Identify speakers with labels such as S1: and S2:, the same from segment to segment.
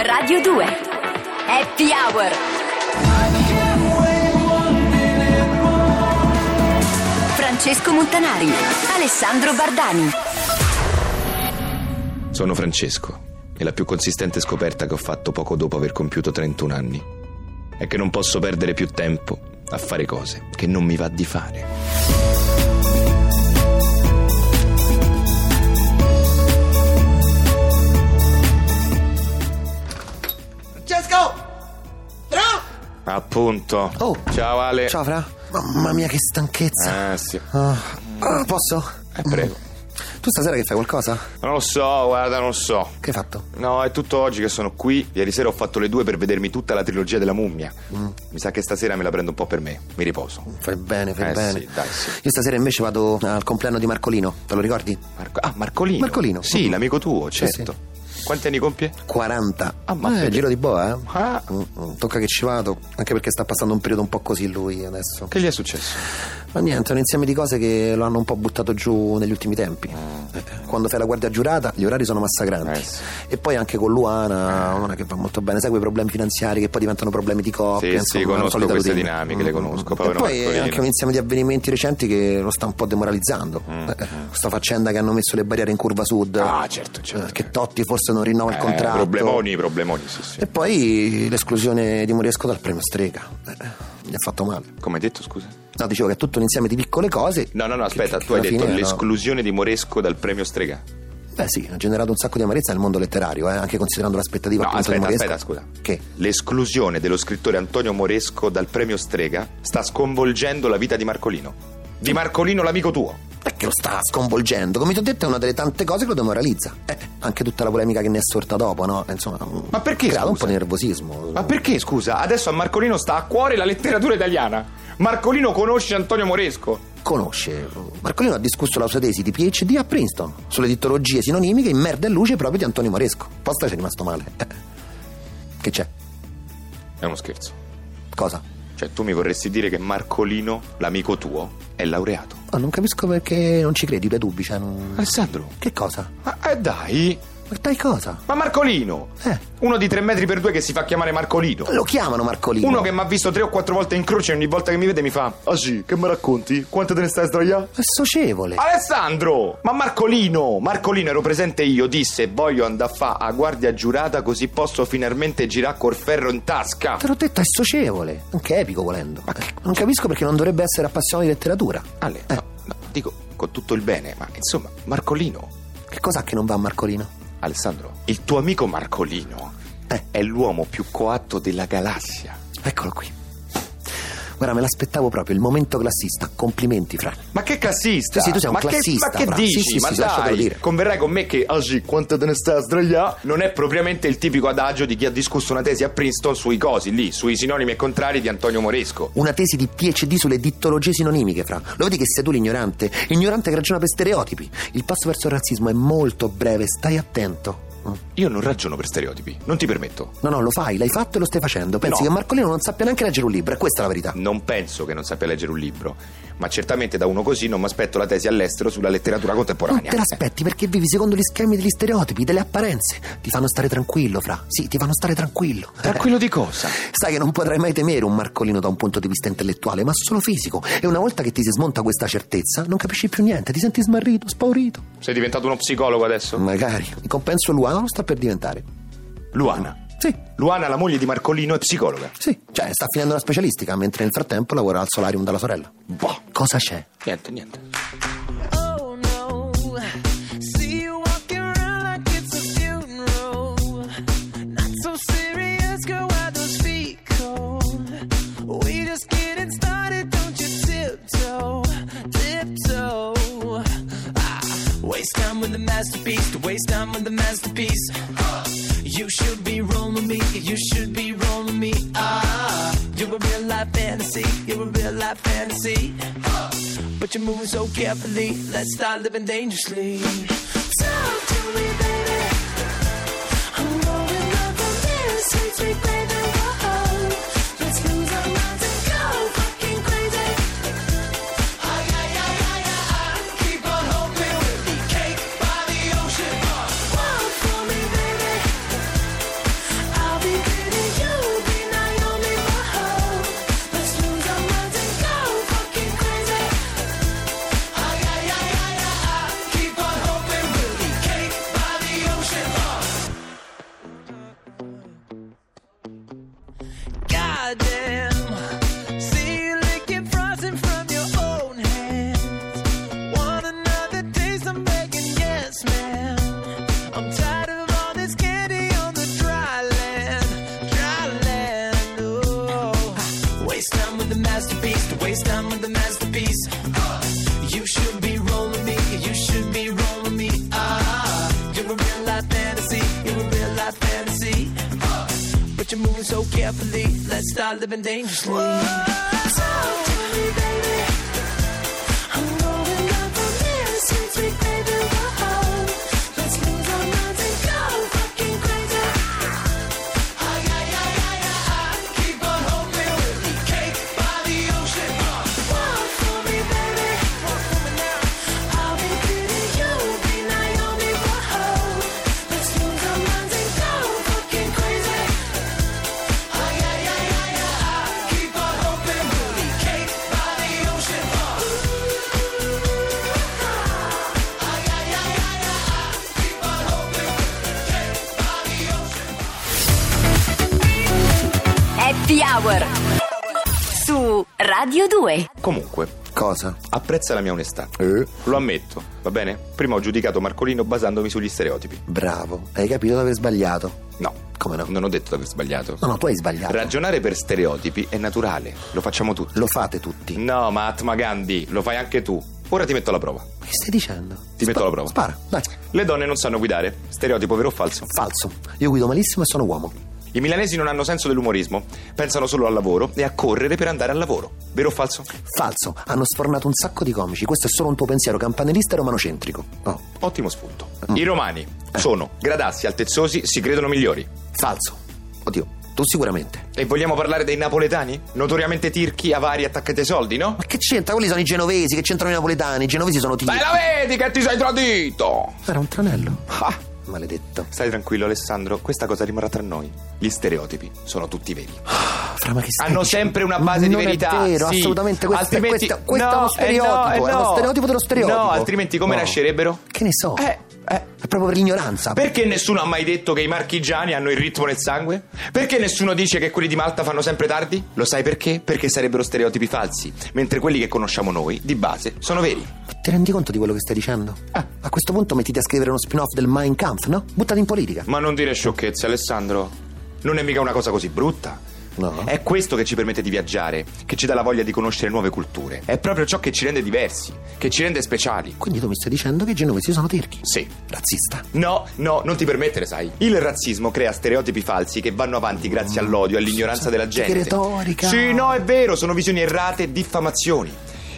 S1: Radio 2 Happy Hour Francesco Montanari Alessandro Bardani
S2: Sono Francesco e la più consistente scoperta che ho fatto poco dopo aver compiuto 31 anni è che non posso perdere più tempo a fare cose che non mi va di fare.
S3: Francesco! Fra!
S2: Appunto.
S3: Oh.
S2: Ciao Ale.
S3: Ciao Fra. Mamma mia che stanchezza.
S2: Eh sì.
S3: Ah, ah, posso?
S2: Eh, prego.
S3: Tu stasera che fai qualcosa?
S2: Non lo so, guarda, non so.
S3: Che hai fatto?
S2: No, è tutto oggi che sono qui. Ieri sera ho fatto le due per vedermi tutta la trilogia della mummia.
S3: Mm.
S2: Mi sa che stasera me la prendo un po' per me. Mi riposo.
S3: Fai bene, fai
S2: Eh,
S3: bene.
S2: sì, dai, sì.
S3: Io stasera invece vado al compleanno di Marcolino, te lo ricordi?
S2: Marco- Ah, Marcolino.
S3: Marcolino.
S2: Sì,
S3: Mhm.
S2: l'amico tuo,
S3: Sì,
S2: certo. Quanti anni compie?
S3: 40.
S2: Ammazza.
S3: Eh, giro di boa, eh?
S2: Ah.
S3: Mm, mm, Tocca che ci vado, anche perché sta passando un periodo un po' così lui adesso.
S2: Che gli è successo?
S3: Ma niente, è un insieme di cose che lo hanno un po' buttato giù negli ultimi tempi. Eh, Quando fai la guardia giurata gli orari sono massacranti.
S2: Mm. Eh, sì. Eh.
S3: E poi anche con Luana, una che va molto bene, sai quei problemi finanziari che poi diventano problemi di coppia.
S2: Sì,
S3: insomma,
S2: sì,
S3: una
S2: conosco
S3: solita
S2: queste
S3: routine.
S2: dinamiche, le conosco,
S3: mm. E
S2: povero
S3: poi
S2: Marcolino.
S3: anche un insieme di avvenimenti recenti che lo sta un po' demoralizzando. Eh, Questa faccenda che hanno messo le barriere in curva sud.
S2: Mm, Ah, certo, certo.
S3: Eh, Che Totti forse non rinnova il
S2: Eh,
S3: contratto.
S2: Problemoni, problemoni, sì, sì.
S3: E poi l'esclusione di Moresco dal premio Strega. Eh, Gli ha fatto male.
S2: Come hai detto, scusa?
S3: No, dicevo che è tutto un insieme di piccole cose.
S2: No, no, no,
S3: che-
S2: aspetta,
S3: che
S2: tu hai
S3: alla
S2: detto
S3: fine, no.
S2: l'esclusione di Moresco dal premio Strega.
S3: Beh, sì, ha generato un sacco di amarezza nel mondo letterario, eh, anche considerando l'aspettativa
S2: No,
S3: appunto, di
S2: aspetta,
S3: Moresco.
S2: aspetta, scusa.
S3: Che?
S2: L'esclusione dello scrittore Antonio Moresco dal premio Strega sta sconvolgendo la vita di Marcolino. Di Marcolino, l'amico tuo.
S3: Perché lo sta sconvolgendo. Come ti ho detto, è una delle tante cose che lo demoralizza. Eh, anche tutta la polemica che ne è sorta dopo, no? Eh, Insomma,
S2: Ma perché,
S3: Ha creato un
S2: scusa?
S3: po' di nervosismo.
S2: Ma perché, scusa, adesso a Marcolino sta a cuore la letteratura italiana? Marcolino conosce Antonio Moresco.
S3: Conosce. Marcolino ha discusso la sua tesi di PhD a Princeton sulle dittologie sinonimiche in merda e luce proprio di Antonio Moresco. Posta ci è rimasto male. Eh. Che c'è?
S2: È uno scherzo.
S3: Cosa?
S2: Cioè, tu mi vorresti dire che Marcolino, l'amico tuo, è laureato.
S3: Ah, non capisco perché non ci credi, dai dubbi, cioè. non-
S2: Alessandro,
S3: Che cosa?
S2: ma eh, dai,
S3: Ma dai cosa?
S2: ma Marcolino!
S3: Eh.
S2: Uno di tre metri per due che si fa chiamare Marcolino.
S3: Lo chiamano Marcolino.
S2: Uno che mi ha visto tre o quattro volte in croce e ogni volta che mi vede mi fa Ah sì, che mi racconti? Quante te ne stai sdraiando?
S3: È socievole.
S2: Ah! Alessandro! Ma Marcolino! Marcolino ero presente io, disse voglio andare a fa a guardia giurata così posso finalmente girare col ferro in tasca.
S3: Te l'ho detto, è socievole. Anche epico volendo. Eh, Non capisco perché non dovrebbe essere appassionato di letteratura.
S2: Ale, no, no, dico con tutto il bene, ma insomma, Marcolino.
S3: Che cos'ha che non va a Marcolino?
S2: Alessandro, il tuo amico Marcolino
S3: Eh.
S2: è l'uomo più coatto della galassia.
S3: Eccolo qui. Guarda, me l'aspettavo proprio, il momento classista. Complimenti, Fra.
S2: Ma che classista!
S3: Sì, sì, tu sei un
S2: ma
S3: classista,
S2: Che, ma
S3: bravo.
S2: che dici?
S3: Sì, sì,
S2: ma
S3: sì, lasciatelo
S2: dai,
S3: dire.
S2: converrai con me che oggi quanto te ne stai a sdraiare non è propriamente il tipico adagio di chi ha discusso una tesi a Princeton sui cosi lì, sui sinonimi e contrari di Antonio Moresco.
S3: Una tesi di PhD sulle dittologie sinonimiche, Fra. Lo vedi che sei tu l'ignorante? Ignorante che ragiona per stereotipi. Il passo verso il razzismo è molto breve, stai attento. Mm.
S2: Io non ragiono per stereotipi, non ti permetto.
S3: No, no, lo fai, l'hai fatto e lo stai facendo. Pensi
S2: No.
S3: che Marcolino non sappia neanche leggere un libro, è questa la verità.
S2: Non penso che non sappia leggere un libro, ma certamente da uno così non mi aspetto la tesi all'estero sulla letteratura
S3: Non
S2: contemporanea.
S3: te l'aspetti perché vivi secondo gli schemi degli stereotipi, delle apparenze. Ti fanno stare tranquillo, Fra. Sì, ti fanno stare tranquillo. Ecco,
S2: Eh, Tranquillo di cosa?
S3: Sai che non potrai mai temere un Marcolino da un punto di vista intellettuale, ma solo fisico. E una volta che ti si smonta questa certezza, non capisci più niente, ti senti smarrito, spaurito.
S2: Sei diventato uno psicologo adesso?
S3: Magari. In compenso Luano lo sta per diventare.
S2: Luana.
S3: Sì,
S2: Luana, la moglie di Marcolino, è psicologa.
S3: sì. Cioè, sta finendo la specialistica, mentre nel frattempo lavora al solarium dalla sorella.
S2: Boh.
S3: Cosa c'è?
S2: Niente, niente.
S4: Oh no, see you walking around like it's a funeral. Not so serious, girl, why those feet cold? We just getting started, don't you tiptoe, tiptoe. Ah, waste time with the masterpiece, to waste time with the masterpiece. Ah, You should be rolling me, you should be rolling me. Ah, you're a real life fantasy, you're a real life fantasy. But you're moving so carefully, let's start living dangerously. Talk to me, baby. I'm going up from there since we played the wall. Let's lose our minds and go fucking crazy. Ay, ay, ay, ay, ay, ay. Keep on hoping we'll be cake by the ocean. Walk for me, baby. I goddamn. See you licking frozen from your own hands. Want another taste? I'm begging, yes, ma'am. I'm tired of all this candy on the dry land, dry land. Oh, waste time with the masterpiece, to waste time with the masterpiece. Uh, you should be rolling me, you should be rolling me. Ah, you're a real life fantasy, you're a real life fantasy. Uh, but you're moving so carefully, let's start living dangerously. Talk to me, baby. I'm rolling up on this since we baby were home. Let's lose our minds and go fucking crazy. Ay, ay, ay, ay, ay, ay. Keep on hoping we'll eat cake by the ocean. Uh, Walk for me, baby. Walk for me now. I'll be pretty, you'll be Naomi. Whoa. Let's lose our minds and go fucking crazy. Ay, ay, ay, ay, ay, ay. Keep on hoping we'll eat cake by the ocean. Uh,
S1: Happy Hour su Radio 2.
S2: Comunque,
S3: Cosa?
S2: apprezza la mia onestà.
S3: Eh?
S2: Lo ammetto, va bene? Prima ho giudicato Marcolino basandomi sugli stereotipi.
S3: Bravo, hai capito di aver sbagliato.
S2: No,
S3: Come no?
S2: non ho detto di aver sbagliato.
S3: No, no, tu hai sbagliato.
S2: Ragionare per stereotipi è naturale, lo facciamo tutti.
S3: Lo fate tutti.
S2: No, Mahatma Gandhi, lo fai anche tu. Ora ti metto alla prova.
S3: Che stai dicendo?
S2: Ti metto alla prova.
S3: Spara, dai.
S2: Le donne non sanno guidare. Stereotipo vero o falso?
S3: Falso. Io guido malissimo e sono uomo.
S2: I milanesi non hanno senso dell'umorismo. Pensano solo al lavoro e a correre per andare al lavoro. Vero o falso?
S3: Falso. Hanno sfornato un sacco di comici. Questo è solo un tuo pensiero campanilista e romanocentrico. No.
S2: Ottimo spunto. I romani sono gradassi, altezzosi, si credono migliori.
S3: Falso. Oddio, tu sicuramente.
S2: E vogliamo parlare dei napoletani? Notoriamente tirchi, avari, attaccati ai soldi, no?
S3: Ma che c'entra? Quelli sono i genovesi, che c'entrano i napoletani? I genovesi sono tipi.
S2: Beh, la vedi che ti sei tradito!
S3: Era un tranello.
S2: Ah!
S3: Maledetto.
S2: Stai tranquillo, Alessandro, questa cosa rimarrà tra noi. Gli stereotipi sono tutti veri.
S3: Fra, ma che stai
S2: Hanno
S3: dicendo?
S2: sempre una base di
S3: Non
S2: verità.
S3: È vero,
S2: sì.
S3: assolutamente. Questo,
S2: Altrimenti-
S3: questo- questo è
S2: no,
S3: uno
S2: eh
S3: stereotipo.
S2: no, eh
S3: è uno
S2: no.
S3: stereotipo dello stereotipo.
S2: No, altrimenti come
S3: No.
S2: nascerebbero?
S3: Che ne so.
S2: Eh, eh.
S3: È proprio per l'ignoranza.
S2: Perché nessuno ha mai detto che i marchigiani hanno il ritmo nel sangue? Perché nessuno dice che quelli di Malta fanno sempre tardi? Lo sai perché? Perché sarebbero stereotipi falsi, mentre quelli che conosciamo noi, di base, sono veri.
S3: Ma Ti rendi conto di quello che stai dicendo?
S2: Ah.
S3: A questo punto mettiti a scrivere uno spin-off del Mein Kampf, no? Buttati in politica.
S2: Ma non dire sciocchezze, Alessandro. Non è mica una cosa così brutta.
S3: No.
S2: È questo che ci permette di viaggiare, che ci dà la voglia di conoscere nuove culture. È proprio ciò che ci rende diversi, che ci rende speciali.
S3: Quindi tu mi stai dicendo che i genovesi sono turchi?
S2: Sì.
S3: Razzista.
S2: No, no, non ti permettere, sai. Il razzismo crea stereotipi falsi che vanno avanti grazie all'odio e all'ignoranza della gente.
S3: Mm. che retorica.
S2: Sì, no, è vero, sono visioni errate e diffamazioni.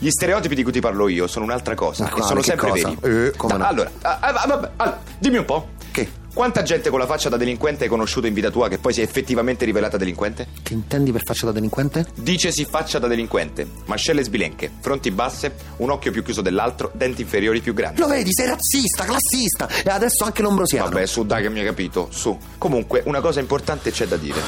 S2: Gli stereotipi di cui ti parlo io sono un'altra cosa
S3: Ma
S2: e
S3: quale,
S2: sono
S3: che
S2: sempre
S3: cosa?
S2: veri.
S3: Eh, come
S2: Da-
S3: no?
S2: Allora, ah, ah, vabbè, allora, dimmi un po'.
S3: Che?
S2: Quanta gente con la faccia da delinquente hai conosciuto in vita tua che poi si è effettivamente rivelata delinquente?
S3: Che intendi per faccia da delinquente?
S2: Dice si faccia da delinquente, mascelle sbilenche, fronti basse, un occhio più chiuso dell'altro, denti inferiori più grandi.
S3: Lo vedi, sei razzista, classista e adesso anche l'ombrosiano.
S2: Vabbè, su, dai che mi hai capito, su. Comunque, una cosa importante c'è da dire.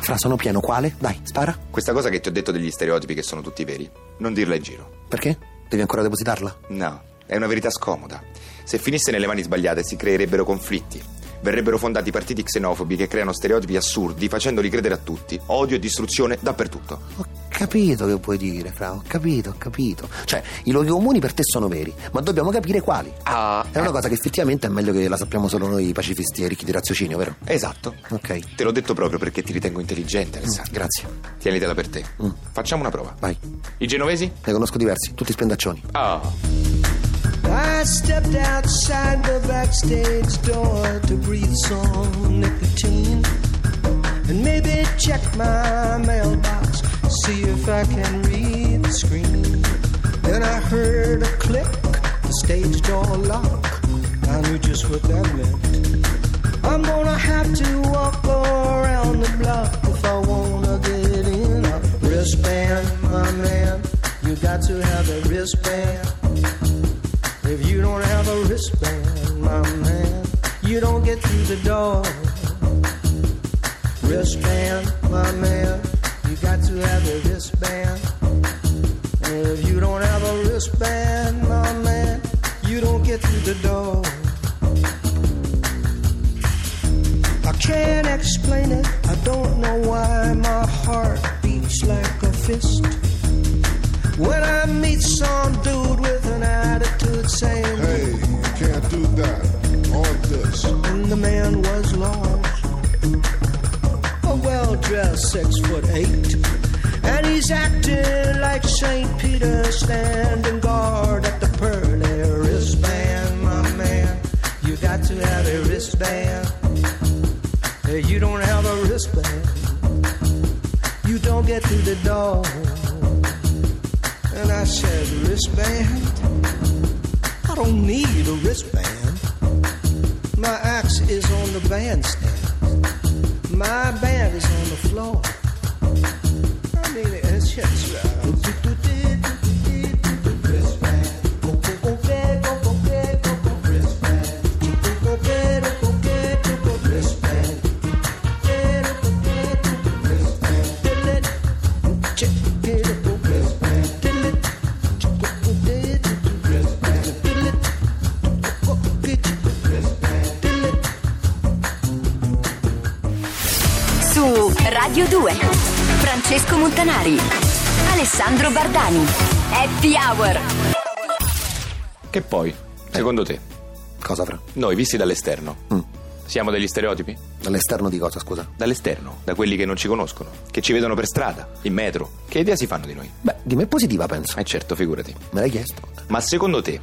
S3: Fra, sono pieno quale? Dai, spara.
S2: Questa cosa che ti ho detto degli stereotipi che sono tutti veri, non dirla in giro.
S3: Perché? Devi ancora depositarla?
S2: No, è una verità scomoda. Se finisse nelle mani sbagliate si creerebbero conflitti. Verrebbero fondati partiti xenofobi che creano stereotipi assurdi facendoli credere a tutti. Odio e distruzione dappertutto.
S3: Ho capito che vuoi dire, Fra, ho capito, ho capito. Cioè, i luoghi comuni per te sono veri, ma dobbiamo capire quali.
S2: Ah,
S3: È una cosa che effettivamente è meglio che la sappiamo solo noi pacifisti e ricchi di raziocinio, vero?
S2: Esatto.
S3: Ok. Mm,
S2: Te l'ho detto proprio perché ti ritengo intelligente, Alessandro.
S3: Grazie. Mm.
S2: Tienitela per te. Facciamo una prova.
S3: Vai.
S2: I genovesi?
S3: Ne conosco diversi, tutti spendaccioni.
S2: Ah.
S4: I stepped outside the backstage door to breathe some nicotine and maybe check my mailbox, see if I can read the screen. Then I heard a click, the stage door lock. I knew just what that meant. I'm gonna have to walk around the block if I wanna get in. A wristband, my man, you got to have a wristband. If you don't have a wristband, my man, you don't get through the door. Wristband, my man, you got to have a wristband. And if you don't have a wristband, my man, you don't get through the door. I can't explain it, I don't know why my heart
S5: clench like a fist. When I meet some dude with an attitude saying,
S6: Hey, you can't do that on this.
S5: and the man was large. A well dressed six foot eight. And he's acting like St. Peter standing guard at the pearly wristband, my man. You got to have a wristband. If you don't have a wristband, you don't get through the door. And I said, wristband? I don't need a wristband. My axe is on the bandstand. My band is on the floor. I mean, it's just.
S1: Su Radio 2. Francesco Montanari. Alessandro Bardani. Happy Hour.
S2: Che poi, secondo te,
S3: Cosa fra?
S2: noi visti dall'esterno,
S3: Eh. Mm.
S2: siamo degli stereotipi?
S3: Dall'esterno di cosa, scusa?
S2: Dall'esterno, da quelli che non ci conoscono, che ci vedono per strada, in metro. Che idea si fanno di noi?
S3: Beh, di me positiva, penso.
S2: Eh certo, figurati.
S3: Me l'hai chiesto?
S2: Ma secondo te,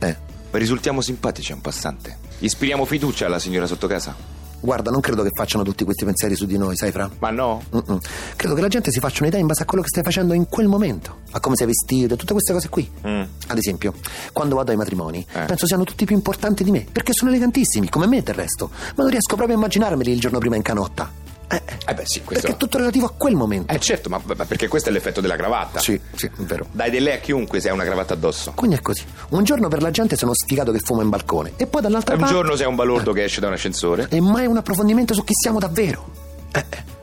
S3: Eh.
S2: risultiamo simpatici a un passante? Ispiriamo fiducia alla signora sotto casa?
S3: Guarda, non credo che facciano tutti questi pensieri su di noi, sai fra?
S2: Ma no?
S3: Mm-mm. Credo che la gente si faccia un'idea in base a quello che stai facendo in quel momento, a come sei vestito, tutte queste cose qui.
S2: Mm.
S3: Ad esempio, quando vado ai matrimoni,
S2: Eh.
S3: penso siano tutti più importanti di me, perché sono elegantissimi, come me del resto, ma non riesco proprio a immaginarmeli il giorno prima in canotta. Eh,
S2: Eh beh sì, questo...
S3: perché è tutto relativo a quel momento.
S2: Eh certo, ma ma perché questo è l'effetto della cravatta.
S3: Sì, sì, è vero.
S2: Dai del lei a chiunque se ha una cravatta addosso.
S3: Quindi è così. Un giorno per la gente sono sfigato che fumo in balcone, e poi dall'altra
S2: Un
S3: parte.
S2: giorno sei un balordo che esce da un ascensore.
S3: E mai un approfondimento su chi siamo davvero.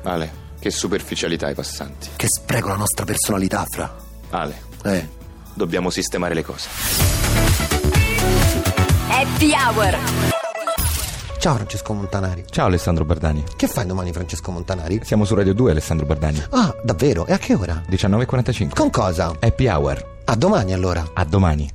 S2: Ale, che superficialità ai passanti.
S3: Che spreco la nostra personalità, fra.
S2: Ale,
S3: Eh.
S2: dobbiamo sistemare le cose.
S1: Happy Hour.
S3: Ciao Francesco Montanari.
S7: Ciao Alessandro Bardani.
S3: Che fai domani Francesco Montanari?
S7: Siamo su Radio 2 Alessandro Bardani.
S3: Ah, davvero? E a che ora?
S7: 19.45.
S3: Con cosa?
S7: Happy Hour.
S3: A domani allora.
S7: A domani.